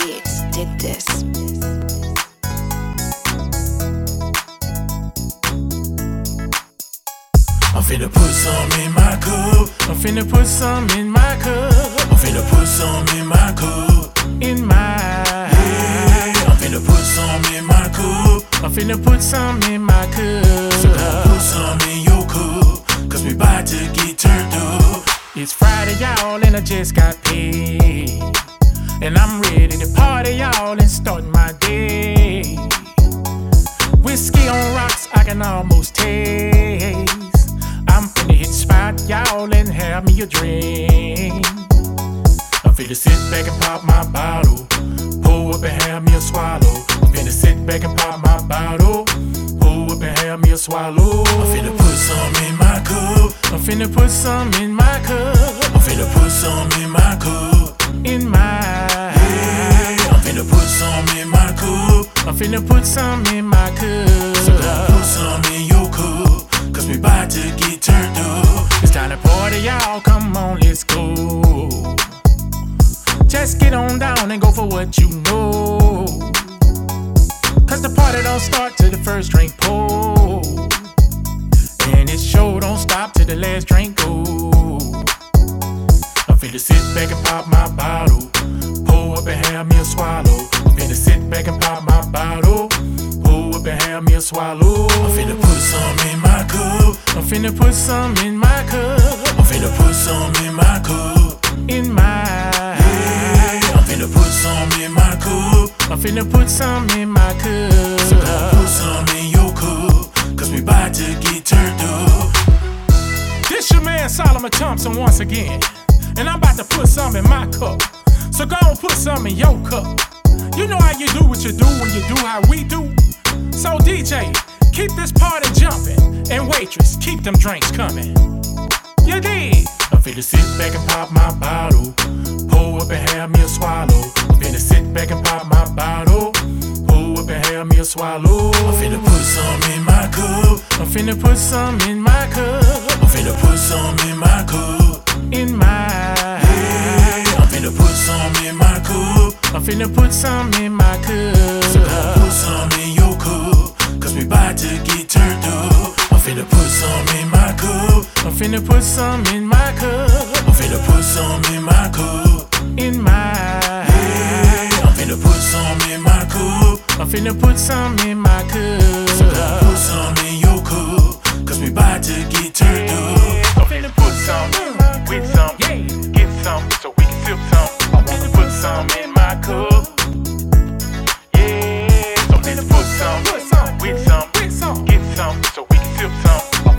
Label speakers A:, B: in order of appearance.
A: get this.
B: I'm finna put some in my cup.
C: I'm finna put some in my cup,
B: I'm finna put some in my cup.
C: in my.
B: Yeah, I'm finna put some in my cup.
C: I'm finna put some in my
B: Gonna
C: cup.
B: put some in your cup. Cause we bout to get turned up.
C: It's Friday, y'all, and I just got paid. And I'm ready to party, y'all, and start my day. Whiskey on rocks, I can almost taste. I'm finna hit the spot, y'all, and have me a drink. I'm finna sit back and pop my bottle. Pull up and have me a swallow. I'm finna sit back and pop my bottle. Pull up and have me a swallow.
B: I'm finna put some in my cup.
C: I'm finna put some in my cup,
B: I'm finna put some in my cup.
C: in my.
B: Yeah, I'm finna put some in my cup.
C: I'm finna put some in my
B: Gonna
C: cup.
B: put some in your cup. Cause we bout to get turned up.
C: It's time to party, y'all. Come on, let's go. Just get on down and go for what you know. Cause the party don't start till the first drink pour. And it sure don't stop till the last drink go. I'm finna sit back and pop my bottle. Pull up and have me a swallow. I'm finna sit back and pop my bottle. Pull up and have me a swallow.
B: I'm finna put some in my cup.
C: I'm finna put some in my cup,
B: I'm finna put some in my cup.
C: in my.
B: Yeah, I'm finna put some in my cup.
C: I'm finna put some in my
B: Gonna
C: cup.
B: put some in your cup. Cause we bout to get turned up.
C: This your man Solomon Thompson once again, and I'm about to put some in my cup. So go and put some in your cup. You know how you do what you do when you do how we do. So DJ, keep this party jumping, and waitress, keep them drinks coming. You dig? I'm finna sit back and pop my bottle. Pull up and have me a swallow. I'm finna sit back and pop my bottle. Pull up and have me a swallow.
B: I'm finna put some in my cup.
C: I'm finna put some in my cup,
B: I'm finna put some in my cup.
C: in my.
B: Yeah, I'm finna put some in my cup.
C: I'm finna put some in my
B: Gonna
C: cup.
B: put some in your cup. Cause we bout to get turned up. I'm finna put some in my cup.
C: I'm finna put some in my cup,
B: I'm finna put some in my cup.
C: in my.
B: Yeah, I'm finna put some in my cup.
C: I'm finna put some in my
B: Gonna
C: cup.
B: put some in your cup. Cause we bout to get turned up.
C: I'm finna put some with some, get some so we can sip some. I wanna put some in my cup. Yeah, so finna put some with some, get some so we can sip some. I